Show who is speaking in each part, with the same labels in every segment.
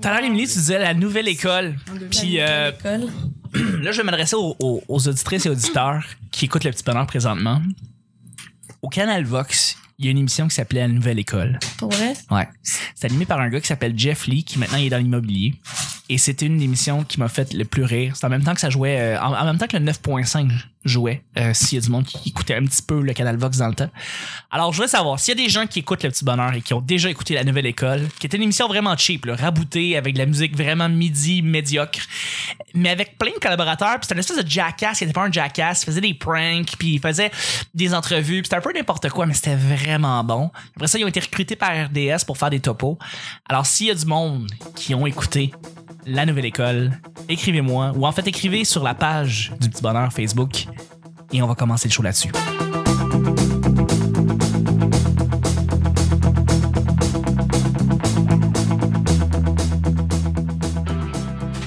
Speaker 1: Tout à l'heure, Émilie, tu disais la nouvelle école. Puis euh,
Speaker 2: L'école.
Speaker 1: là, je vais m'adresser aux, aux- aux auditrices et auditeurs qui écoutent le petit bonheur présentement. Au Canal Vox, il y a une émission qui s'appelait La Nouvelle École.
Speaker 2: Pour vrai?
Speaker 1: Ouais. C'est animé par un gars qui s'appelle Jeff Lee, qui maintenant il est dans l'immobilier. Et c'était une émission qui m'a fait le plus rire. C'est en même temps que ça jouait, euh, en, en même temps que le 9.5 jouait, euh, s'il y a du monde qui écoutait un petit peu le Canal Vox dans le temps. Alors, je voudrais savoir s'il y a des gens qui écoutent Le Petit Bonheur et qui ont déjà écouté La Nouvelle École, qui était une émission vraiment cheap, là, raboutée, avec de la musique vraiment midi, médiocre, mais avec plein de collaborateurs. Puis c'était une espèce de jackass, qui n'était pas un jackass, il faisait des pranks, puis il faisait des entrevues, puis c'était un peu n'importe quoi, mais c'était vraiment bon. Après ça, ils ont été recrutés par RDS pour faire des topos. Alors, s'il y a du monde qui ont écouté La Nouvelle École, écrivez-moi, ou en fait, écrivez sur la page du Petit Bonheur Facebook, et on va commencer le show là-dessus.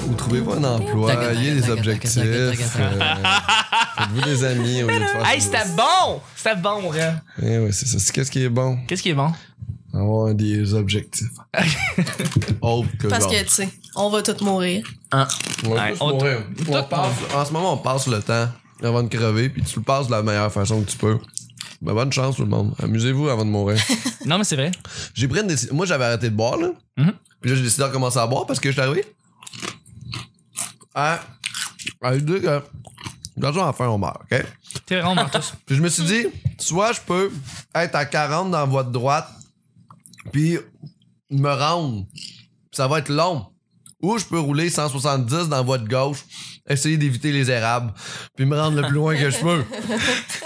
Speaker 3: Ou trouvez-vous un emploi,
Speaker 4: Tac, tac,
Speaker 3: ayez des
Speaker 4: tac, tac,
Speaker 3: objectifs.
Speaker 4: tac, tac, tac, tac,
Speaker 3: euh, Faites-vous des amis au lieu de faire
Speaker 4: Ah,
Speaker 1: Hey,
Speaker 3: ça.
Speaker 1: c'était bon! C'était bon, mon gars.
Speaker 3: Eh oui, c'est ça. C'est- Qu'est-ce qui est bon?
Speaker 1: Qu'est-ce qui est bon?
Speaker 3: Avoir des objectifs. Autre que
Speaker 2: Parce
Speaker 3: genre.
Speaker 2: que, tu sais, on va tous mourir.
Speaker 3: On, va
Speaker 1: Ouais,
Speaker 3: tous
Speaker 1: on-
Speaker 3: mourir. On passe- en ce moment, on passe le temps avant de crever, puis tu le passes de la meilleure façon que tu peux. Ben, bonne chance, tout le monde. Amusez-vous avant de mourir.
Speaker 1: Non, mais c'est vrai.
Speaker 3: j'ai pris une décision. Moi, j'avais arrêté de boire, là.
Speaker 1: Mhm.
Speaker 3: Puis là, j'ai décidé de recommencer à boire parce que je suis arrivé à, à l'idée que quand on en fin, on meurt, OK?
Speaker 1: T'es vraiment dans tous.
Speaker 3: Puis je me suis dit, soit je peux être à 40 dans la voie de droite, puis me rendre, puis ça va être long. Ou je peux rouler 170 dans la voie de gauche, essayer d'éviter les érables, puis me rendre le plus loin que je peux.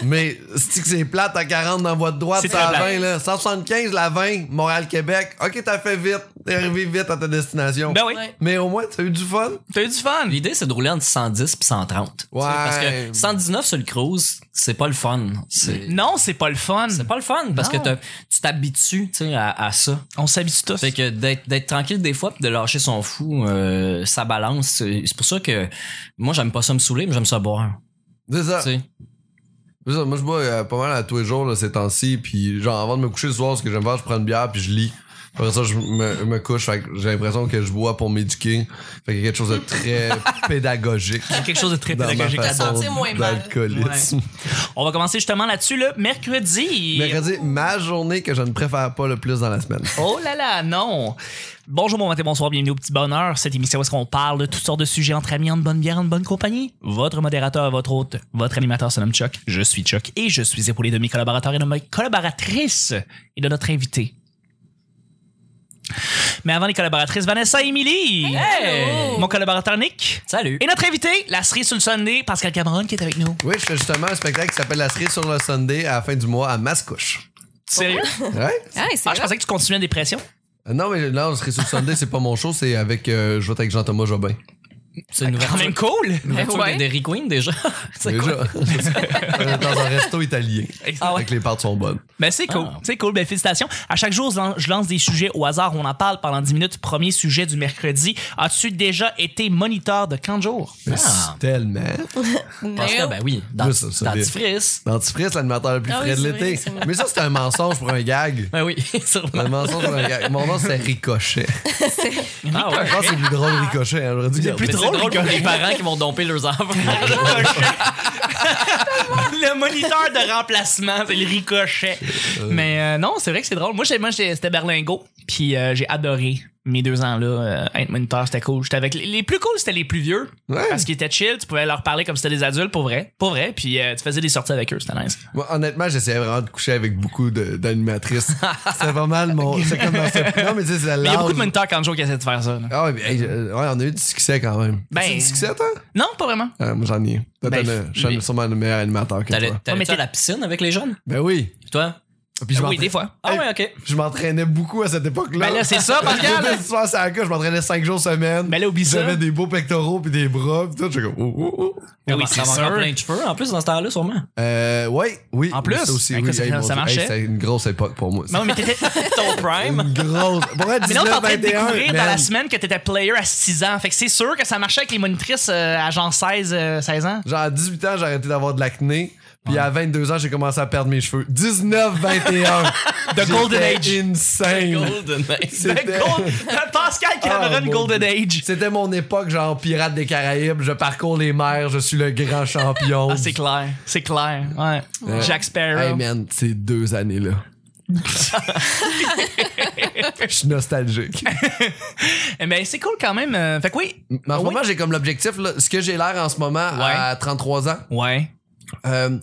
Speaker 3: Mais c'est que c'est plate à 40 dans la voie de droite,
Speaker 1: C'est
Speaker 3: c'est à
Speaker 1: très
Speaker 3: 20, là. 175, la 20, Montréal-Québec. Ok, t'as fait vite, t'es arrivé vite à ta destination.
Speaker 1: Ben oui.
Speaker 2: Ouais.
Speaker 3: Mais au moins, t'as eu du fun.
Speaker 1: T'as eu du fun.
Speaker 4: L'idée, c'est de rouler entre 110 puis 130. Tu sais,
Speaker 3: Ouais.
Speaker 4: Parce que 119 sur le cruise, c'est pas le fun. C'est
Speaker 1: Non, c'est pas le fun.
Speaker 4: c'est pas le fun parce
Speaker 1: Mm. Non.
Speaker 4: que t'as- tu t'habitues tu sais, à, à ça.
Speaker 1: On s'habitue tous.
Speaker 4: Fait que d'être d'être tranquille des fois pis de lâcher son fou, euh, ça balance. C'est c'est pour ça que moi, j'aime pas ça me saouler, mais j'aime ça boire.
Speaker 3: C'est ça.
Speaker 4: Tu sais.
Speaker 3: C'est ça, moi je bois euh, pas mal à tous les jours là, ces temps-ci, puis genre avant de me coucher le soir, ce que j'aime faire, je prends une bière puis je lis. Après ça, je me, me couche, fait que j'ai l'impression que je bois pour m'éduquer. Fait qu'il y a quelque chose de très pédagogique
Speaker 1: quelque chose de très
Speaker 3: dans ma
Speaker 1: pédagogique là-dedans.
Speaker 3: façon
Speaker 2: sentir moins mal.
Speaker 3: d'alcoolisme.
Speaker 1: On va commencer justement là-dessus, le mercredi.
Speaker 3: Mercredi, ma journée que je ne préfère pas le plus dans la semaine.
Speaker 1: Oh là là, non! Bonjour, bon matin, bonsoir, bienvenue au Petit Bonheur. Cette émission où est-ce qu'on parle de toutes sortes de sujets entre amis, en bonne bière, en bonne compagnie. Votre modérateur, votre hôte, votre animateur se nomme Chuck. Je suis Chuck et je suis épaulé de mes collaborateurs et de mes collaboratrices et de notre invité. Mais avant les collaboratrices, Vanessa et Emily!
Speaker 4: Hey!
Speaker 1: Mon collaborateur Nick!
Speaker 4: Salut!
Speaker 1: Et notre invité, la cerise sur le Sunday, Pascal Cameron, qui est avec nous.
Speaker 3: Oui, je fais justement un spectacle qui s'appelle La cerise sur le Sunday à la fin du mois à Mascouche.
Speaker 1: Sérieux?
Speaker 3: Ouais?
Speaker 5: Ah, c'est
Speaker 1: Ah, je pensais que tu continuais en dépression.
Speaker 3: Euh, Non, mais non, La cerise sur le Sunday, c'est pas mon show, c'est avec, euh, je vais être avec Jean-Thomas Jobin.
Speaker 4: C'est une
Speaker 1: Quand
Speaker 4: ouverture,
Speaker 1: même cool!
Speaker 4: une ouverture
Speaker 5: Ouais.
Speaker 4: de Dairy Queen déjà. c'est
Speaker 3: Déjà.
Speaker 4: quoi?
Speaker 3: dans un resto italien.
Speaker 1: Ah ouais.
Speaker 3: Fait que les parts sont bonnes.
Speaker 1: Ben c'est cool,
Speaker 4: Ah.
Speaker 1: c'est cool, ben félicitations. À chaque jour, je lan- je lance des sujets au hasard, on en parle pendant 10 minutes. Premier sujet du mercredi. As-tu déjà été moniteur de camp de jour?
Speaker 3: Mais
Speaker 4: Ah.
Speaker 3: c'est tellement.
Speaker 4: Parce
Speaker 2: oh.
Speaker 4: que, ben oui, dans,
Speaker 3: Là, ça, ça
Speaker 4: dentifrice.
Speaker 3: Dentifrice, l'animateur le plus
Speaker 2: Ah oui,
Speaker 3: frais de
Speaker 2: c'est vrai,
Speaker 3: l'été.
Speaker 2: c'est vrai.
Speaker 3: Mais ça, c'est un mensonge pour un gag.
Speaker 4: Ben oui, sûrement.
Speaker 3: Un mensonge pour un gag. Mon nom, c'est Ricochet.
Speaker 4: Ah
Speaker 3: Je pense que c'est le plus drôle Ricochet. hein. J'aurais dû garder.
Speaker 1: plus
Speaker 4: Mais
Speaker 1: drôle,
Speaker 4: c'est drôle
Speaker 1: les
Speaker 4: pour les parents qui vont domper leurs enfants.
Speaker 1: le moniteur de remplacement, c'est le ricochet. Mais euh, non, c'est vrai que c'est drôle. Moi, j'ai- moi j'ai- c'était Berlingo, puis euh, j'ai adoré mes deux ans-là. euh, être moniteur, c'était cool. J'étais avec les, les plus cool, c'était les plus vieux.
Speaker 3: Ouais.
Speaker 1: Parce qu'ils étaient chill, tu pouvais leur parler comme si c'était des adultes, pour vrai. Pour vrai, puis euh, tu faisais des sorties avec eux, c'était nice.
Speaker 3: Moi, honnêtement, j'essayais vraiment de coucher avec beaucoup de- d'animatrices. c'est pas mal mon. C'est comme dans ce- Non, mais tu sais, c'est
Speaker 1: Mais il y a
Speaker 3: l'âge.
Speaker 1: beaucoup de moniteurs camp de jour qui essaient de faire ça. là.
Speaker 3: Ah ouais, mais, hey, euh, ouais, on a eu du succès quand même.
Speaker 1: Ben-
Speaker 3: T'as eu du succès, toi?
Speaker 1: Non, pas vraiment.
Speaker 3: Ah, moi, j'en ai eu. Toi,
Speaker 1: Ben,
Speaker 3: t'en as- Je
Speaker 1: mais-
Speaker 3: suis sûrement le meilleur animateur que
Speaker 4: T'allais
Speaker 3: toi.
Speaker 4: t'allais-tu
Speaker 1: mais t'es-
Speaker 4: à la piscine avec les jeunes?
Speaker 3: Ben oui.
Speaker 4: Puis toi?
Speaker 3: Puis je
Speaker 1: Ben oui,
Speaker 3: m'entra-
Speaker 1: des fois.
Speaker 4: Ah
Speaker 3: Hey.
Speaker 4: ouais, ok.
Speaker 3: je m'entraînais beaucoup à cette époque-là.
Speaker 1: Ben là, c'est ça, Pascal.
Speaker 3: J'étais souvent sur la couche, je m'entraînais 5 jours semaine.
Speaker 1: Ben là, oublie ça.
Speaker 3: J'avais des beaux pectoraux puis des bras puis tout. J'étais comme, oh, oh, oh.
Speaker 1: Ben oui,
Speaker 4: Comment-
Speaker 1: c'est
Speaker 4: ça va
Speaker 1: sûr.
Speaker 4: encore plein de cheveux, en plus, dans ce temps-là, sûrement.
Speaker 3: Euh, oui, oui.
Speaker 1: En plus?
Speaker 3: Ça aussi,
Speaker 1: Ben,
Speaker 3: oui.
Speaker 1: que ça-
Speaker 3: mon
Speaker 1: ça
Speaker 3: Dieu.
Speaker 1: marchait?
Speaker 3: c'est une grosse époque pour moi.
Speaker 1: Non, mais t'étais ton prime.
Speaker 3: Une grosse. Pour être
Speaker 1: Mais là, on
Speaker 3: 19,
Speaker 1: est en train de
Speaker 3: 21,
Speaker 1: découvrir dans
Speaker 3: man.
Speaker 1: la semaine que t'étais player à 6 ans. Fait que c'est sûr que ça marchait avec les monitrices euh, à genre 16, euh, 16 ans.
Speaker 3: Genre, à 18 ans, j'ai arrêté d'avoir de l'acné. Puis à 22 ans, j'ai commencé à perdre mes cheveux. 19-21.
Speaker 1: The Golden Age.
Speaker 3: J'étais Insane.
Speaker 4: Golden Age.
Speaker 1: Le
Speaker 3: C'était-
Speaker 1: gold- Pascal Cameron
Speaker 3: Ah, mon
Speaker 1: Golden
Speaker 3: Dieu.
Speaker 1: Age.
Speaker 3: C'était mon époque, genre pirate des Caraïbes. Je parcours les mers, je suis le grand champion.
Speaker 1: Ah, c'est clair. C'est clair. Ouais.
Speaker 3: Ouais.
Speaker 1: Jack Sparrow.
Speaker 3: Hey man, ces deux années-là. Je suis nostalgique.
Speaker 1: Eh ben, c'est cool quand même. euh, Fait que oui.
Speaker 3: Mais en ce moment, j'ai comme l'objectif, là, ce que j'ai l'air en ce moment à 33 ans,
Speaker 1: Ouais.
Speaker 3: euh,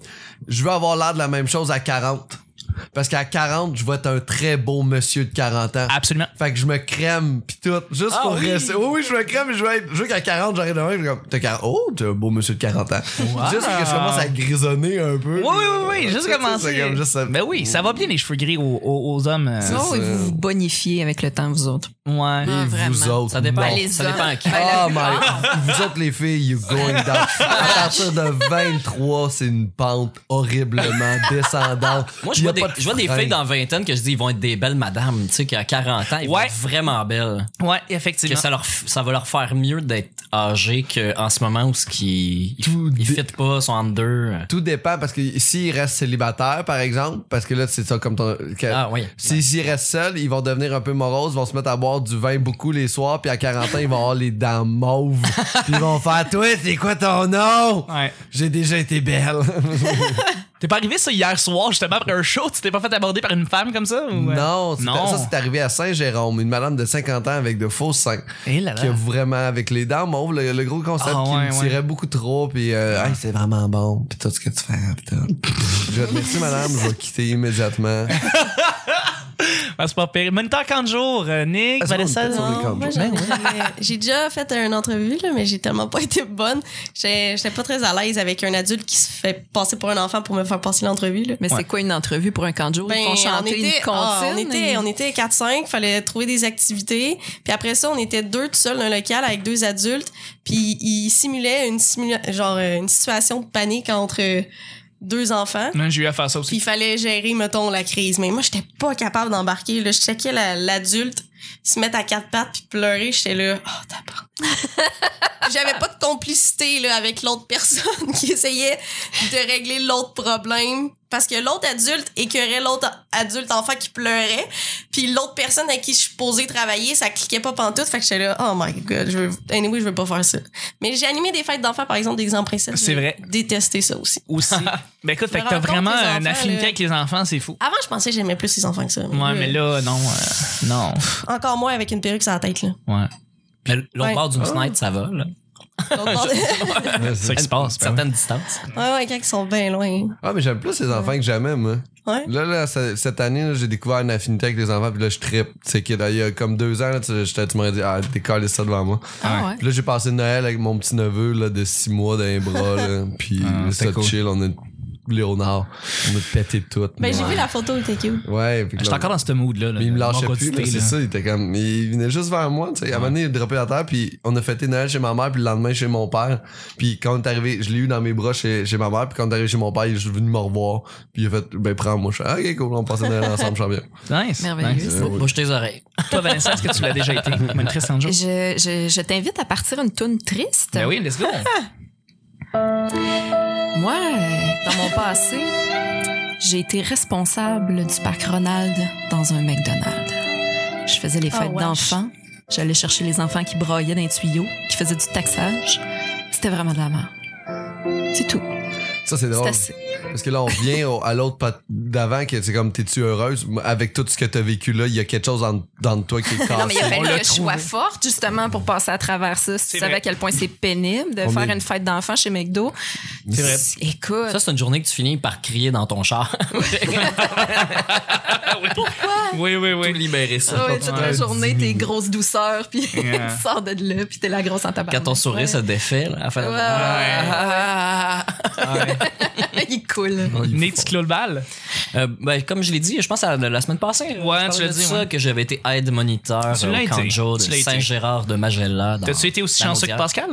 Speaker 3: je veux avoir l'air de la même chose à 40. Parce qu'à 40, je vais être un très beau monsieur de 40 ans.
Speaker 1: Absolument.
Speaker 3: Fait que je me crème pis tout, juste
Speaker 4: Ah
Speaker 3: pour
Speaker 4: oui?
Speaker 3: rester. Oui, oui, je me crème et je veux être. Je veux qu'à 40, j'arrive demain, je suis comme, t'as 40. Oh, t'es un beau monsieur de 40 ans. Juste pour que je commence à grisonner un peu.
Speaker 1: Oui, oui, oui, oui, juste
Speaker 3: Tu sais,
Speaker 1: commencer.
Speaker 3: c'est comme juste ça-
Speaker 1: Ben oui, ça va bien les cheveux gris aux, aux- aux hommes. euh,
Speaker 5: Sinon,
Speaker 3: c'est ça.
Speaker 5: Oh,
Speaker 3: Mm.
Speaker 5: vous vous bonifiez avec le temps, vous autres.
Speaker 1: ouais.
Speaker 3: Et
Speaker 2: Ah, vraiment.
Speaker 3: vous autres.
Speaker 4: Ça dépend.
Speaker 3: non.
Speaker 5: les
Speaker 4: ça
Speaker 5: hommes.
Speaker 4: dépend à qui.
Speaker 5: Ben, la
Speaker 3: Oh my. vous autres, les filles, you going down. À partir de 23, c'est une pente horriblement descendante.
Speaker 4: Moi, je
Speaker 3: Y a
Speaker 4: vois, des,
Speaker 3: pas de
Speaker 4: je vois des
Speaker 3: frein.
Speaker 4: filles dans vingtaine que je dis, ils vont être des belles madames, tu sais, qu'à 40 ans, ils vont
Speaker 1: Ouais.
Speaker 4: être vraiment belles.
Speaker 1: Ouais,
Speaker 4: Que
Speaker 1: effectivement.
Speaker 4: ça, leur, f- ça va leur faire mieux d'être âgés qu'en ce moment où ce qui, ils,
Speaker 3: Tout
Speaker 4: ils
Speaker 3: dé-
Speaker 4: fit pas, sont entre deux. euh,
Speaker 3: Tout dépend parce que s'ils restent célibataires, par exemple, parce que là, c'est ça comme ton. que-
Speaker 4: Ah oui.
Speaker 3: Si- S'ils restent seuls, ils vont devenir un peu moroses, vont se mettre à boire du vin beaucoup les soirs, puis à 40 ans, ils vont avoir les dents mauves. puis ils vont faire Toi, c'est quoi ton nom
Speaker 1: Ouais.
Speaker 3: J'ai déjà été belle.
Speaker 1: T'es pas arrivé ça hier soir, justement, après un show? Tu t'es pas fait aborder par une femme comme ça? Ou... euh?
Speaker 3: Non, c'est-
Speaker 1: Non.
Speaker 3: ça, c'est arrivé à Saint-Jérôme, une madame de 50 ans avec de faux seins.
Speaker 1: Eh là là.
Speaker 3: Qui a vraiment, avec les dents mauves, le, le gros concept
Speaker 1: Ah,
Speaker 3: qui me
Speaker 1: ouais,
Speaker 3: tirait beaucoup trop, puis euh, Hey, c'est vraiment bon, puis tout ce que tu fais, putain. je vais te merci, madame, je vais quitter immédiatement.
Speaker 1: Ah, c'est pas pire. Moniteur Kanjo, euh, Nick,
Speaker 3: Ah, c'est bon,
Speaker 1: Vanessa.
Speaker 3: on était sur les
Speaker 1: non?
Speaker 3: camps.
Speaker 2: Moi, j'en ai- J'ai déjà fait une entrevue, là, mais j'ai tellement pas été bonne. J'ai- J'étais pas très à l'aise avec un adulte qui se fait passer pour un enfant pour me faire passer l'entrevue. là.
Speaker 5: Mais c'est quoi une entrevue pour un camp de jour?
Speaker 2: Ben,
Speaker 5: Ils font chanter une
Speaker 2: ah,
Speaker 5: comptine.
Speaker 2: on était, on était 4-5, fallait trouver des activités. Puis après ça, on était deux tout seuls dans un local avec deux adultes. Puis ils simulaient une, simula- genre, euh, une situation de panique entre euh, deux enfants.
Speaker 1: Non, j'ai eu à faire ça
Speaker 2: Puis
Speaker 1: aussi.
Speaker 2: il fallait gérer, mettons, la crise. Mais moi, j'étais pas capable d'embarquer. Là, je checkais la- l'adulte se mettre à quatre pattes puis pleurer. J'étais là, oh, t'as peur. J'avais pas de complicité là, avec l'autre personne qui essayait de régler l'autre problème. Parce que l'autre adulte écœurait l'autre adulte enfant qui pleurait. Puis l'autre personne à qui je suis posée travailler, ça cliquait pas pantoute. Fait que j'étais là, oh my god, je veux, anyway, je veux pas faire ça. Mais j'ai animé des fêtes d'enfants, par exemple, d'exemple princesse.
Speaker 1: C'est vrai.
Speaker 2: Détester ça aussi.
Speaker 1: Aussi. ben écoute, fait que
Speaker 2: Je me
Speaker 1: t'as
Speaker 2: rends compte
Speaker 1: vraiment
Speaker 2: que les
Speaker 1: une
Speaker 2: enfants,
Speaker 1: affinité
Speaker 2: là-
Speaker 1: avec les enfants, c'est fou.
Speaker 2: Avant, je pensais que j'aimais plus les enfants que ça.
Speaker 1: Ouais, mais là, non. euh, non.
Speaker 2: Encore moins avec une perruque sur la tête, là.
Speaker 1: Ouais.
Speaker 4: Mais l'autre
Speaker 2: Ouais.
Speaker 4: bord
Speaker 3: Ah.
Speaker 4: d'une fenêtre, ça va, là.
Speaker 2: L'autre bord-
Speaker 1: C'est ça qui se passe. ben oui.
Speaker 4: Certaines distances.
Speaker 2: ouais, ouais, quand ils sont bien loin.
Speaker 3: Ah, mais j'aime plus les enfants que jamais, moi.
Speaker 2: Ouais.
Speaker 3: Là, là, ce- cette année, là, j'ai découvert une affinité avec les enfants, puis là, je trippe. C'est qu'il y a comme deux ans, là, tu, j'étais- tu m'aurais dit, ah, décolle ça devant moi.
Speaker 5: Ah ouais.
Speaker 3: Puis là, j'ai passé Noël avec mon petit neveu là, de six mois dans les bras, là, puis
Speaker 1: Ah,
Speaker 3: ça
Speaker 1: c'était cool.
Speaker 3: chill, on a Léonard, on a pété tout.
Speaker 2: Ben, j'ai
Speaker 3: Ouais.
Speaker 2: vu la photo, elle était cute.
Speaker 3: Ouais, puis que
Speaker 1: J'étais
Speaker 3: là-
Speaker 1: encore dans ce mood-là. là,
Speaker 3: mais il me
Speaker 1: de
Speaker 3: lâchait plus,
Speaker 1: morosité,
Speaker 3: là, c'est
Speaker 1: là.
Speaker 3: ça, il était comme, il venait juste vers moi, tu sais, à un moment donné, il droppait la terre, puis on a fêté Noël chez ma mère, puis le lendemain chez mon père, puis quand on est arrivé, je l'ai eu dans mes bras chez, chez ma mère, puis quand on est arrivé chez mon père, il est juste venu me revoir, puis il a fait, ben prends-moi, je fais, Ah, ok, cool, on passait Noël ensemble, champion.
Speaker 1: Nice.
Speaker 5: Merveilleux.
Speaker 1: nice.
Speaker 3: Euh, oui.
Speaker 4: Bouge tes oreilles.
Speaker 1: Toi, Vanessa, est-ce que tu l'as déjà été? Monitrice Kanjo?
Speaker 5: Je, je, je t'invite à partir une toune triste.
Speaker 1: Ben oui, let's go.
Speaker 5: Moi, euh, dans mon passé, j'ai été responsable du parc Ronald dans un McDonald's. Je faisais les
Speaker 2: Ah,
Speaker 5: fêtes
Speaker 2: wesh.
Speaker 5: d'enfants. J'allais chercher les enfants qui broyaient dans les tuyaux, qui faisaient du taxage. C'était vraiment de la merde. C'est tout.
Speaker 3: Ça, c'est
Speaker 5: C'est
Speaker 3: drôle.
Speaker 5: assez.
Speaker 3: Parce que là, on vient au- à l'autre pot- d'avant, que c'est comme, t'es-tu heureuse? Avec tout ce que t'as vécu là, il y a quelque chose en, dans toi qui est cassé.
Speaker 5: Non, mais il a
Speaker 1: l'a
Speaker 5: fallu que je
Speaker 1: trouvé.
Speaker 5: sois forte, justement, pour passer à travers ça. Si
Speaker 1: C'est
Speaker 5: tu savais
Speaker 1: vrai.
Speaker 5: à quel point c'est pénible de
Speaker 3: On
Speaker 5: faire
Speaker 3: est-
Speaker 5: une fête d'enfants chez McDo.
Speaker 1: C'est vrai.
Speaker 5: Écoute.
Speaker 4: Ça, c'est une journée que tu finis par crier dans ton char.
Speaker 1: Oui, oui, oui.
Speaker 4: libérer
Speaker 5: Ah ouais, toute la journée, tes grosses douceurs, puis
Speaker 1: Yeah.
Speaker 5: tu sors de là, puis t'es la grosse en tabac.
Speaker 4: Quand ton sourire se défait, là, à faire-
Speaker 1: Euh,
Speaker 5: Il coule.
Speaker 1: Né, tu clôt le bal?
Speaker 4: Euh, ben, comme je l'ai dit, je pense à la la semaine passée. hein, je parlais
Speaker 1: tu l'as
Speaker 4: de
Speaker 1: dit,
Speaker 4: ça
Speaker 1: ouais.
Speaker 4: que j'avais été aide moniteur
Speaker 1: Tu
Speaker 4: euh,
Speaker 1: l'as
Speaker 4: au
Speaker 1: été.
Speaker 4: Canjo de
Speaker 1: Tu l'as été.
Speaker 4: Saint-Gérard de Magella. dans-
Speaker 1: T'as-tu été aussi
Speaker 4: dans
Speaker 1: chanceux que
Speaker 4: Maudière.
Speaker 1: Pascal?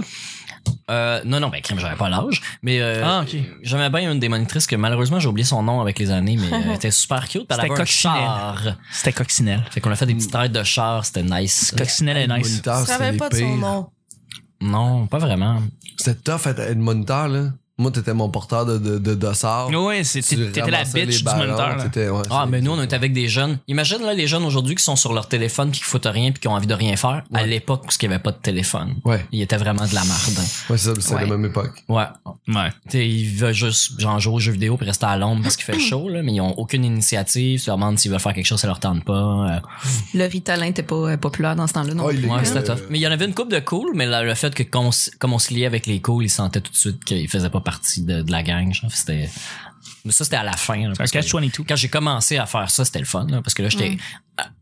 Speaker 4: Euh, non, non, ben, crème, j'avais pas l'âge. Mais euh,
Speaker 1: Ah, ok.
Speaker 4: j'aimais bien une des monitrices que malheureusement j'ai oublié son nom avec les années, mais euh, elle était super cute. puis Elle
Speaker 1: C'était
Speaker 4: avait un
Speaker 1: Coccinelle.
Speaker 4: char.
Speaker 1: C'était Coccinelle.
Speaker 4: Fait qu'on a fait des petites traites de char, c'était nice.
Speaker 1: Coccinelle est nice.
Speaker 3: Moniteur,
Speaker 2: Je
Speaker 3: Ah, c'est
Speaker 2: savais
Speaker 3: les
Speaker 2: pas de son
Speaker 3: pires.
Speaker 2: nom.
Speaker 4: Non, pas vraiment.
Speaker 3: C'était tough être être moniteur, là. Moi, t'étais mon porteur de, de, de dossard.
Speaker 1: Ouais, c'est-
Speaker 3: Tu
Speaker 1: t'étais t'étais la
Speaker 3: ramassais
Speaker 1: bitch
Speaker 3: les
Speaker 1: du
Speaker 3: ballons,
Speaker 1: moniteur. là.
Speaker 3: t'étais- ouais,
Speaker 4: Ah,
Speaker 3: c'est-
Speaker 4: mais nous, on est avec des jeunes. Imagine, là, les jeunes aujourd'hui qui sont sur leur téléphone puis qui foutent rien puis qui ont envie de rien faire. À
Speaker 3: Ouais.
Speaker 4: l'époque, parce qu'il n'y avait pas de téléphone.
Speaker 3: Ouais,
Speaker 4: Il était vraiment de la marde. hein.
Speaker 3: ouais c'est ça, c'est
Speaker 5: Ouais.
Speaker 3: la même époque.
Speaker 4: Ouais.
Speaker 1: Ouais.
Speaker 4: T'sais, ils veulent juste, genre, jouer aux jeux vidéo puis rester à l'ombre parce qu'il fait chaud, là, mais ils ont aucune initiative. Tu leur demandes s'ils veulent faire quelque chose, ça leur tente pas. euh.
Speaker 5: Le Ritalin n'était pas euh, populaire dans ce temps-là non
Speaker 3: Oh, il
Speaker 5: plus.
Speaker 3: est-
Speaker 5: hein.
Speaker 4: Ouais,
Speaker 3: Euh,
Speaker 4: c'était tough. Mais il y en avait une couple de cool, mais là, le fait que qu'on s- comme on se liait avec les cool, ils sentaient tout de suite qu'ils faisaient pas partie de, de la gang. Genre, c'était. Mais ça, c'était à la fin. là,
Speaker 1: Un
Speaker 4: parce que-
Speaker 1: catch-22.
Speaker 4: quand j'ai commencé à faire ça, c'était le fun, là, parce que là, j'étais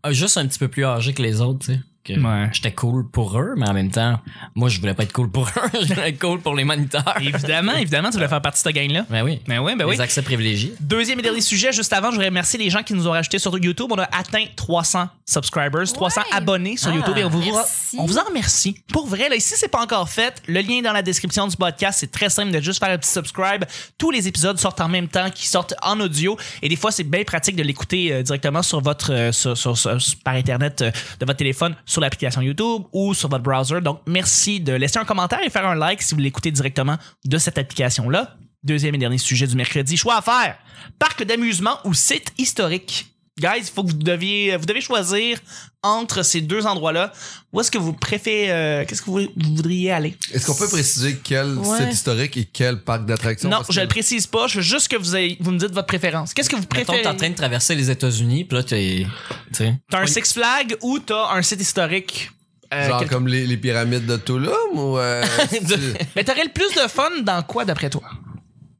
Speaker 4: euh, juste un petit peu plus âgé que les autres, tu sais. que
Speaker 1: Ouais.
Speaker 4: J'étais cool pour eux, mais en même temps, moi, je voulais pas être cool pour eux, je voulais être cool pour les moniteurs.
Speaker 1: Évidemment, évidemment, tu voulais faire partie de cette gang-là.
Speaker 4: Ben oui.
Speaker 1: Ben oui, ben oui.
Speaker 4: Les accès privilégiés.
Speaker 1: Deuxième et dernier sujet, juste avant, je voudrais remercier les gens qui nous ont rajouté sur YouTube. On a atteint 300 subscribers, 300 abonnés sur
Speaker 4: Ah,
Speaker 1: YouTube et on vous,
Speaker 5: merci.
Speaker 1: on vous en remercie. Pour vrai, là, ici, c'est pas encore fait. Le lien est dans la description du podcast. C'est très simple de juste faire un petit subscribe. Tous les épisodes sortent en même temps, qui sortent en audio. Et des fois, c'est bien pratique de l'écouter euh, directement sur votre, euh, sur- sur- sur- sur- par Internet euh, de votre téléphone, sur l'application YouTube ou sur votre browser. Donc, merci de laisser un commentaire et faire un like si vous l'écoutez directement de cette application-là. Deuxième et dernier sujet du mercredi, choix à faire. Parc d'amusement ou site historique. Guys, il faut que vous deviez, vous devez choisir entre ces deux endroits-là. Où est-ce que vous préférez, euh, qu'est-ce que vous, vous voudriez aller?
Speaker 3: Est-ce qu'on peut préciser quel
Speaker 5: Ouais.
Speaker 3: site historique et quel parc d'attractions?
Speaker 1: Non,
Speaker 3: Parce que-
Speaker 1: je le précise pas. Je veux juste que vous, ayez- vous me dites votre préférence. Qu'est-ce que vous
Speaker 4: Mettons,
Speaker 1: préférez?
Speaker 4: t'es en train de traverser les États-Unis, puis là, t'es. Tu sais.
Speaker 1: T'as un Six Flags ou t'as un site historique? Euh,
Speaker 3: Genre
Speaker 1: quel-
Speaker 3: comme les, les pyramides de Tulum ou. euh, c'est-
Speaker 1: Mais t'aurais le plus de fun dans quoi, d'après toi?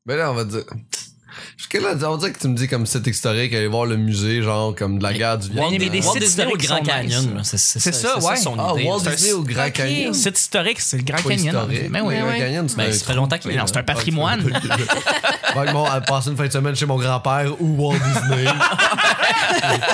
Speaker 3: ben là, on va dire. Jusqu'à là, on dirait que tu me dis comme site historique, aller voir le musée, genre comme de la guerre du Vietnam.
Speaker 4: Walt
Speaker 1: mais des
Speaker 4: Disney,
Speaker 1: sites
Speaker 4: Walt Disney au
Speaker 1: historiques
Speaker 4: Grand
Speaker 1: sont nice.
Speaker 4: Canyon, là, c'est c'est
Speaker 1: C'est ça, ouais.
Speaker 4: son
Speaker 3: Ah,
Speaker 4: idée.
Speaker 3: Walt
Speaker 4: là.
Speaker 3: Disney au Grand
Speaker 2: Ok.
Speaker 3: Canyon.
Speaker 1: Site historique, c'est le Grand
Speaker 3: Pas
Speaker 1: Canyon.
Speaker 3: historique.
Speaker 1: Mais oui.
Speaker 3: Le Grand
Speaker 2: ouais.
Speaker 3: Canyon, tu
Speaker 4: Ben,
Speaker 3: m'as-
Speaker 4: ça fait longtemps qu'il
Speaker 1: Mais
Speaker 4: est
Speaker 1: non,
Speaker 4: là.
Speaker 1: c'est un patrimoine.
Speaker 3: Ouais, bon, à passer une fin de semaine chez mon grand-père ou Walt Disney.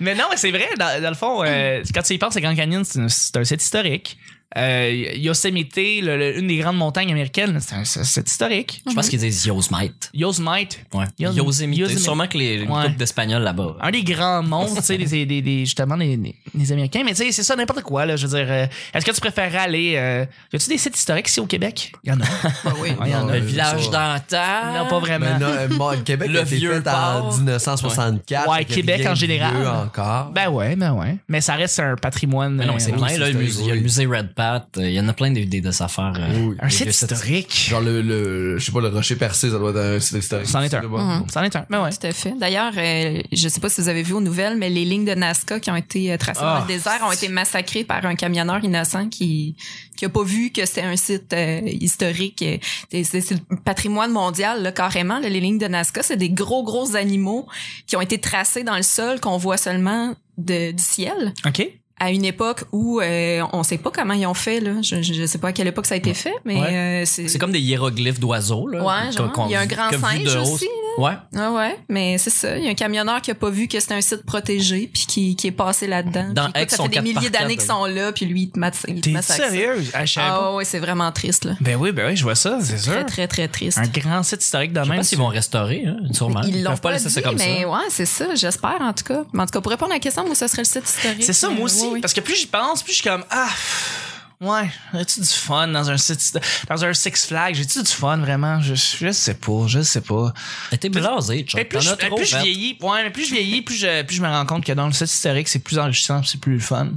Speaker 1: Mais non, mais c'est vrai, dans, dans le fond, euh, quand tu y penses, le Grand Canyon, c'est un, c'est un site historique. Euh, Yosemite, le- le- une des grandes montagnes américaines, c'est un c'est un site historique.
Speaker 4: Je pense qu'ils disent Yosemite.
Speaker 1: Yosemite,
Speaker 4: Ouais.
Speaker 1: Yos-
Speaker 4: Yosemite.
Speaker 1: Yosemite.
Speaker 4: Sûrement que les, les
Speaker 1: Ouais.
Speaker 4: couples d'Espagnols là-bas.
Speaker 1: un des grands mondes, tu sais, des, des- des- des- justement, des, des- des Américains. Mais tu sais, c'est ça, n'importe quoi, là. Je veux dire, euh, est-ce que tu préférerais aller. euh, y a-tu des sites historiques ici au Québec? Il y en a.
Speaker 5: Ah oui.
Speaker 1: Ouais, y en a.
Speaker 3: Ouais,
Speaker 4: Le village
Speaker 3: ça.
Speaker 4: d'antan.
Speaker 1: Non, pas vraiment.
Speaker 3: Mais non, euh, bon, le Québec
Speaker 4: Le
Speaker 3: a été
Speaker 4: vieux
Speaker 3: fait en
Speaker 4: port.
Speaker 3: 1964.
Speaker 1: Ouais,
Speaker 3: fait que
Speaker 1: Québec
Speaker 3: rien
Speaker 1: en
Speaker 3: de
Speaker 1: général.
Speaker 3: vieux encore.
Speaker 1: Ben ouais, ben ouais. Mais ça reste un patrimoine.
Speaker 4: Mais Ben non, c'est
Speaker 1: euh,
Speaker 4: plein, là.
Speaker 3: c'est
Speaker 4: le musée- Il y a le
Speaker 3: oui.
Speaker 4: musée Red Pat. euh, Il y en a plein de, de, de ces affaires. euh,
Speaker 3: Oui.
Speaker 1: Un
Speaker 4: des
Speaker 1: site
Speaker 4: vieux sites.
Speaker 1: historique.
Speaker 3: Genre le, le- je sais pas, le rocher percé, ça doit être un site historique.
Speaker 1: C'en est un.
Speaker 3: Je sais pas.
Speaker 5: Mhm.
Speaker 1: C'en est un. Ben ouais.
Speaker 5: Tout à fait. D'ailleurs, euh, je sais pas si vous avez vu aux nouvelles, mais les lignes de Nazca qui ont été euh, tracées dans
Speaker 1: Ah.
Speaker 5: le désert ont été massacrées par un camionneur innocent qui qui a pas vu que c'était un site euh, historique. Et C'est c'est- c'est le patrimoine mondial, là, carrément. là, les lignes de Nazca, c'est des gros, gros animaux qui ont été tracés dans le sol qu'on voit seulement de- du ciel
Speaker 1: OK.
Speaker 5: à une époque où euh, on sait pas comment ils ont fait. Là. Je, je, je sais pas à quelle époque ça a été fait, mais
Speaker 4: Ouais.
Speaker 5: euh, c'est...
Speaker 4: C'est comme des hiéroglyphes d'oiseaux, là.
Speaker 5: Ouais, genre,
Speaker 4: qu'on-
Speaker 5: il y a un grand
Speaker 4: que vu
Speaker 5: singe
Speaker 4: de haut,
Speaker 5: aussi,
Speaker 4: Ouais.
Speaker 5: Ah ouais, mais c'est ça. Il y a un camionneur qui a pas vu que c'était un site protégé puis qui, qui est passé là-dedans.
Speaker 4: Dans
Speaker 5: Puis écoute,
Speaker 4: Aix,
Speaker 5: ça
Speaker 4: on
Speaker 5: fait
Speaker 4: quatre
Speaker 5: des
Speaker 4: par
Speaker 5: milliers
Speaker 4: quatre,
Speaker 5: d'années qu'ils
Speaker 4: là.
Speaker 5: sont là puis lui, il te, mat- il te
Speaker 1: T'es
Speaker 5: massacre. ça.
Speaker 1: sérieuse? Ah, je savais pas.
Speaker 5: Ah ouais, c'est vraiment triste là.
Speaker 1: Ben oui, ben oui, je vois ça, c'est
Speaker 5: Très
Speaker 1: sûr.
Speaker 5: très très triste.
Speaker 1: Un grand site historique de
Speaker 4: Je sais
Speaker 1: même.
Speaker 4: pas s'ils vont restaurer, hein, sûrement.
Speaker 5: Ils l'ont
Speaker 4: peuvent pas laisser
Speaker 5: dit,
Speaker 4: ça comme
Speaker 5: mais
Speaker 4: ça.
Speaker 5: ouais, c'est ça, j'espère en tout cas. Mais en tout cas, pour répondre à la question, moi, ce serait le site historique.
Speaker 1: C'est ça,
Speaker 5: Euh,
Speaker 1: moi aussi.
Speaker 5: ouais, ouais.
Speaker 1: Parce que plus j'y pense, plus je suis comme Ah, pff, ouais, as-tu du fun dans un site, dans un Six Flags? J'ai-tu du fun vraiment? Je, je sais pas, je sais pas.
Speaker 4: Mais T'es blasé, Chuck.
Speaker 1: Mais plus,
Speaker 4: T'en as
Speaker 1: je- mais
Speaker 4: trop,
Speaker 1: plus je
Speaker 4: fait.
Speaker 1: vieillis, ouais, mais plus je vieillis, plus je, plus je me rends compte que dans le site historique, c'est plus enrichissant, c'est plus le fun.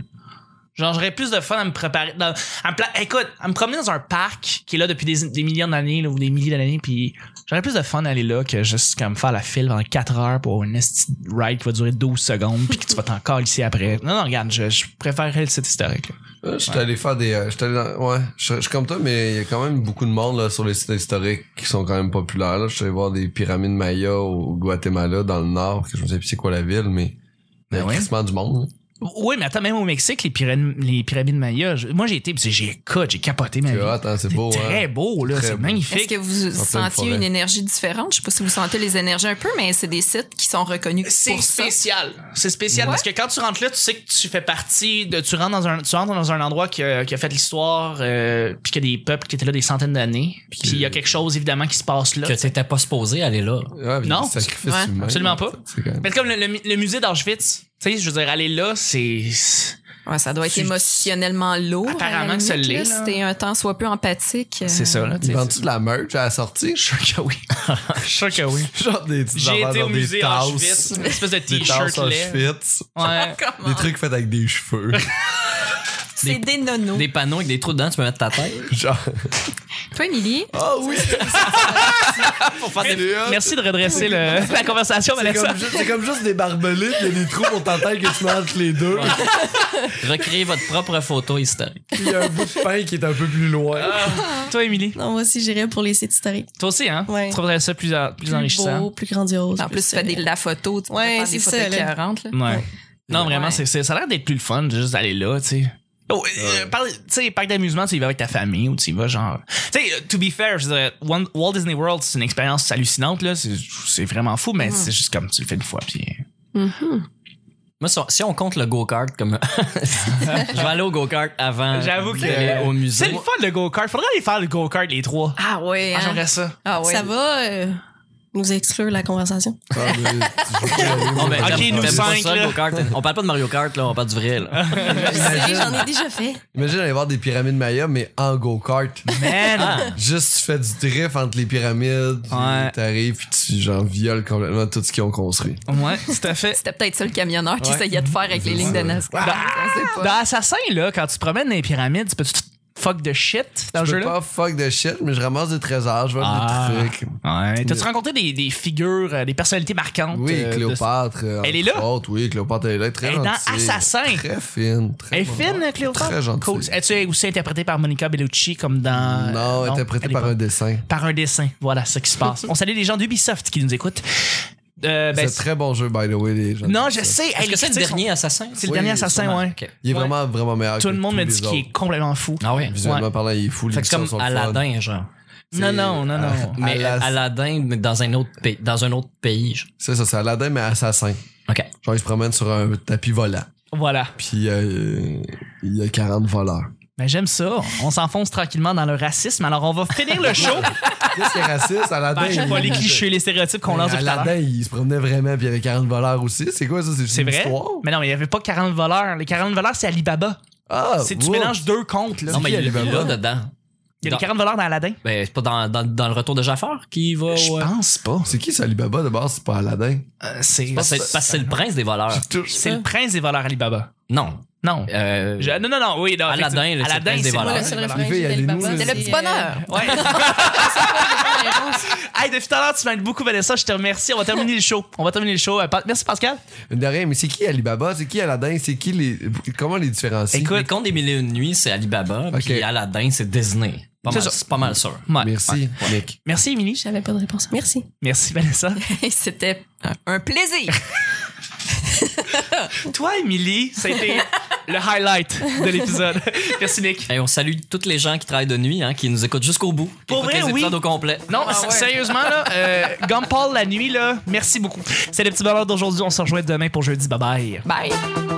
Speaker 1: Genre, j'aurais plus de fun à me préparer. dans- à me pla- écoute, à me promener dans un parc qui est là depuis des, des millions d'années là, ou des milliers d'années, puis j'aurais plus de fun à aller là que juste comme faire la file pendant 4 heures pour une esti de ride qui va durer 12 secondes, puis que tu vas t'en caler ici après. Non, non, regarde, je, je préférerais le site historique. là.
Speaker 3: Euh, Je suis allé faire des. euh, je suis allé dans- ouais, je je suis comme toi, mais il y a quand même beaucoup de monde là, sur les sites historiques qui sont quand même populaires. Là. Je suis allé voir des pyramides Maya au, au Guatemala, dans le nord, que je ne sais plus c'est quoi la ville, mais.
Speaker 1: Ben
Speaker 3: il y a
Speaker 1: ouais.
Speaker 3: quasiment du monde.
Speaker 1: Oui, mais attends, même au Mexique, les, pyram- les pyramides Maya, je- moi j'ai été, puis j'ai écoute, j'ai capoté ma
Speaker 3: C'est
Speaker 1: vie.
Speaker 3: hot, hein, c'est
Speaker 1: C'est
Speaker 3: beau.
Speaker 1: très
Speaker 3: hein.
Speaker 1: beau, là,
Speaker 3: Très
Speaker 1: c'est
Speaker 3: beau.
Speaker 5: Est-ce
Speaker 1: magnifique.
Speaker 5: que vous
Speaker 3: En pleine
Speaker 5: sentiez
Speaker 3: forêt.
Speaker 5: une énergie différente? Je sais pas si vous sentez les énergies un peu, mais c'est des sites qui sont reconnus
Speaker 1: C'est
Speaker 5: pour ça.
Speaker 1: spécial. C'est spécial parce que quand tu rentres là, tu sais que tu fais partie de. Tu rentres dans un, tu rentres dans un endroit qui a, qui a fait l'histoire, euh, puis qu'il y a des peuples qui étaient là des centaines d'années. Puis il y a quelque chose évidemment qui se passe là.
Speaker 4: Que t'étais pas supposé aller là.
Speaker 3: Ouais, puis
Speaker 1: Non,
Speaker 3: des sacrifices
Speaker 5: ouais,
Speaker 3: humains,
Speaker 1: absolument pas. Ben,
Speaker 3: c'est quand même-
Speaker 1: Mais c'est comme le, le mu- le musée d'Auschwitz. Tu sais, je veux dire, aller là, c'est.
Speaker 5: Ouais, ça doit être
Speaker 1: Tu-
Speaker 5: émotionnellement lourd. à la
Speaker 1: Apparemment que ça
Speaker 5: limite, là,
Speaker 1: l'est,
Speaker 5: Si
Speaker 1: là.
Speaker 5: t'es un temps soit peu empathique. euh,
Speaker 1: C'est ça, là. tu
Speaker 3: Ils
Speaker 1: sais.
Speaker 3: vendent-tu de la merch à la sortie?
Speaker 1: Je suis sûr que oui. Je suis sûr que oui.
Speaker 3: Genre des petites
Speaker 1: J'ai
Speaker 3: affaires,
Speaker 1: été
Speaker 3: genre
Speaker 1: au
Speaker 3: des
Speaker 1: musée
Speaker 3: tasses,
Speaker 1: Auschwitz, une espèce de
Speaker 3: Des tasses
Speaker 1: t-shirt laid.
Speaker 3: Auschwitz.
Speaker 1: Ouais.
Speaker 5: comment?
Speaker 3: Des trucs faits avec des cheveux.
Speaker 5: C'est des nonos.
Speaker 4: Des panneaux avec des trous dedans, tu peux mettre ta tête.
Speaker 3: Genre.
Speaker 5: Toi, Émilie,
Speaker 3: Ah oui!
Speaker 1: Pour faire
Speaker 3: C'est
Speaker 1: des-
Speaker 3: hot.
Speaker 1: Merci de redresser le- la conversation,
Speaker 3: C'est
Speaker 1: Vanessa.
Speaker 3: comme, juste, c'est comme juste des barbelés, pis il y a des trous pour t'entendre que tu manges les deux,
Speaker 4: Recréer votre propre photo historique.
Speaker 3: pis il y a un bout de pain qui est un peu plus loin.
Speaker 1: Ah. Toi, Émilie.
Speaker 2: Non, moi aussi, j'irais pour les sites historiques.
Speaker 1: Toi aussi, hein?
Speaker 2: Ouais.
Speaker 1: Tu trouverais ça plus, en- plus
Speaker 2: Plus
Speaker 1: enrichissant?
Speaker 2: beau, plus grandiose.
Speaker 5: en plus, tu fais des- de la photo. Tu
Speaker 2: Ouais,
Speaker 5: peux faire des
Speaker 2: c'est
Speaker 5: photos
Speaker 2: ça, là.
Speaker 5: écœurantes. là.
Speaker 1: Ouais. Non, vraiment,
Speaker 5: Ouais.
Speaker 1: c'est c'est- ça a l'air d'être plus le fun, de juste d'aller là, tu sais. Oh, euh, parle- tu sais, parc d'amusement, tu y vas avec ta famille ou tu y vas genre. Tu sais, euh, to be fair, je dirais, One- Walt Disney World, c'est une expérience hallucinante, là. C'est- C'est vraiment fou, mais c'est juste comme tu le fais une fois, puis. euh,
Speaker 4: Moi, si on- si on compte le go-kart comme. je vais aller au go-kart avant.
Speaker 1: J'avoue que-
Speaker 4: d'aller Euh, au musée.
Speaker 1: C'est le fun, le go-kart. Faudrait aller faire le go-kart, les trois.
Speaker 5: Ah ouais.
Speaker 1: Ah,
Speaker 5: hein?
Speaker 1: J'aimerais ça.
Speaker 5: Ah ouais.
Speaker 2: Ça va euh, nous exclure la conversation.
Speaker 3: Ah,
Speaker 4: Non, mais
Speaker 1: Ok,
Speaker 4: ben, j'aime-
Speaker 1: nous
Speaker 4: j'aime pas
Speaker 1: cinq,
Speaker 4: ça, le
Speaker 1: là.
Speaker 4: go-kart. On parle pas de Mario Kart, là, on parle du vrai. Là.
Speaker 2: Je sais, j'en ai déjà fait.
Speaker 3: Imagine aller voir des pyramides Maya, mais en go-kart.
Speaker 1: Man!
Speaker 3: Juste, tu fais du drift entre les pyramides, pis
Speaker 1: Ouais.
Speaker 3: t'arrives, pis tu genre violes complètement tout ce qu'ils ont construit.
Speaker 1: Ouais, tout à fait.
Speaker 5: C'était peut-être ça le camionneur qui
Speaker 1: Ouais.
Speaker 5: essayait de faire avec les lignes de Nazca. On sait pas.
Speaker 1: Dans Assassin, là, quand tu te promènes dans les pyramides, tu peux tu te fuck de shit dans
Speaker 3: Je
Speaker 1: le
Speaker 3: peux
Speaker 1: jeu-là?
Speaker 3: pas fuck de shit, mais je ramasse des trésors, je vois
Speaker 1: Ah.
Speaker 3: des trucs.
Speaker 1: Ouais. T'as-tu rencontré des, des figures, euh, des personnalités marquantes?
Speaker 3: Oui,
Speaker 1: euh, de-
Speaker 3: Cléopâtre. euh,
Speaker 1: Elle est
Speaker 3: entre
Speaker 1: là?
Speaker 3: autres, oui, Cléopâtre, elle est là, très
Speaker 1: Elle est dans
Speaker 3: gentille.
Speaker 1: Assassin.
Speaker 3: Très fine. Très
Speaker 1: Elle est
Speaker 3: bonne.
Speaker 1: fine, euh, Cléopâtre?
Speaker 3: Très gentille.
Speaker 1: Cool. As-tu aussi interprétée par Monica Bellucci comme dans.
Speaker 3: Non,
Speaker 1: euh,
Speaker 3: interprétée
Speaker 1: elle est
Speaker 3: par
Speaker 1: pas-
Speaker 3: un dessin.
Speaker 1: par un dessin. Voilà, c'est ce qui se passe. On salue les gens d'Ubisoft qui nous écoutent. Euh, ben,
Speaker 3: c'est un très bon jeu, by the way, les gens.
Speaker 1: non, je
Speaker 3: Ça.
Speaker 1: sais. hey,
Speaker 4: Est-ce
Speaker 1: les
Speaker 4: que c'est le
Speaker 1: critiques
Speaker 4: dernier assassin?
Speaker 1: sont- C'est le
Speaker 3: Oui,
Speaker 1: dernier assassin,
Speaker 4: sûrement.
Speaker 1: ouais.
Speaker 4: Ok.
Speaker 3: Il est
Speaker 1: Ouais.
Speaker 3: vraiment, vraiment meilleur.
Speaker 1: Tout
Speaker 3: que
Speaker 1: le monde
Speaker 3: tous
Speaker 1: me
Speaker 3: les
Speaker 1: dit qu'il est
Speaker 3: autres.
Speaker 1: complètement fou.
Speaker 4: Ah ouais.
Speaker 3: Visuellement
Speaker 1: Ouais.
Speaker 3: parlant, il est fou.
Speaker 4: Fait que c'est comme Aladdin, genre.
Speaker 1: Non, non, non, non.
Speaker 4: Mais
Speaker 3: Alas-
Speaker 4: Aladdin, mais dans un autre pays. Dans un autre pays. genre.
Speaker 3: C'est ça, c'est Aladdin, mais assassin.
Speaker 4: OK.
Speaker 3: Genre, il se promène sur un tapis volant.
Speaker 1: Voilà.
Speaker 3: Puis euh, il y a 40 voleurs.
Speaker 1: Ben, j'aime ça. On s'enfonce tranquillement dans le racisme. Alors, on va finir le show.
Speaker 3: Ben, Qu'est-ce qui est raciste? Aladdin.
Speaker 1: Ben, je sais
Speaker 3: il-
Speaker 1: pas les clichés, les stéréotypes
Speaker 3: Ben,
Speaker 1: qu'on lance depuis tout à l'heure.
Speaker 3: Aladdin, il se promenait vraiment, puis il y avait 40 voleurs aussi. C'est quoi ça? C'est juste
Speaker 1: C'est
Speaker 3: une
Speaker 1: vrai.
Speaker 3: histoire?
Speaker 1: Mais non, mais il n'y avait pas 40 voleurs. Les 40 voleurs, c'est Alibaba.
Speaker 3: Ah,
Speaker 1: C'est tu
Speaker 3: wow.
Speaker 1: mélanges deux comptes. Là.
Speaker 4: Non, mais
Speaker 3: qui,
Speaker 4: il il est
Speaker 3: Alibaba?
Speaker 4: là dedans.
Speaker 1: il y a
Speaker 4: dans-
Speaker 1: les 40 voleurs dans Aladdin.
Speaker 4: Ben, c'est pas dans, dans, dans le retour de Jafar qui va.
Speaker 1: Je
Speaker 4: ouais.
Speaker 1: pense pas.
Speaker 3: C'est qui ça, Alibaba de base? C'est pas Aladdin.
Speaker 1: Euh, c'est
Speaker 4: Parce que c'est parce que c'est le prince des voleurs.
Speaker 1: c'est le prince des voleurs Alibaba.
Speaker 4: Non.
Speaker 1: Non.
Speaker 4: Euh,
Speaker 1: Je- non, non, non, oui. Non,
Speaker 4: Aladdin,
Speaker 1: effectivement.
Speaker 4: le- c'est le prince des
Speaker 1: c'est le
Speaker 4: voleurs.
Speaker 1: prince
Speaker 4: Ouais,
Speaker 1: des voleurs.
Speaker 3: Les filles, allez-nous, là.
Speaker 5: C'est Ah, le petit
Speaker 2: euh,
Speaker 5: bonheur.
Speaker 1: Ouais. hey, depuis tout à l'heure, tu m'aides beaucoup, Vanessa. Je te remercie. On va terminer le show. On va terminer le show. Euh, Pa- Merci, Pascal.
Speaker 3: De rien, mais c'est qui Alibaba? C'est qui Aladdin? C'est qui les. Comment on les différencie?
Speaker 1: Écoute,
Speaker 4: Les contes des mille et une nuits, c'est Alibaba.
Speaker 3: Ok.
Speaker 4: Puis Aladdin, c'est Disney. Pas
Speaker 1: C'est
Speaker 4: mal,
Speaker 1: ça.
Speaker 4: c'est pas mal sûr.
Speaker 1: Ouais.
Speaker 3: Merci, Nick.
Speaker 1: Merci, Émilie.
Speaker 2: J'avais pas de réponse. Merci.
Speaker 1: Merci, Vanessa.
Speaker 5: Et C'était un- un plaisir.
Speaker 1: Toi, Émilie, ça a été le highlight de l'épisode. Merci, Nick.
Speaker 4: Et on salue toutes les gens qui travaillent de nuit, hein, qui nous écoutent jusqu'au bout. qui
Speaker 1: Pour
Speaker 4: écoutent
Speaker 1: vrai,
Speaker 4: les
Speaker 1: oui.
Speaker 4: épisodes au complet.
Speaker 1: Non, s- sérieusement, là, euh, Gumpal la nuit, là, merci beaucoup. C'est le petit bonheur d'aujourd'hui. On se rejoint demain pour jeudi. Bye bye.
Speaker 5: Bye.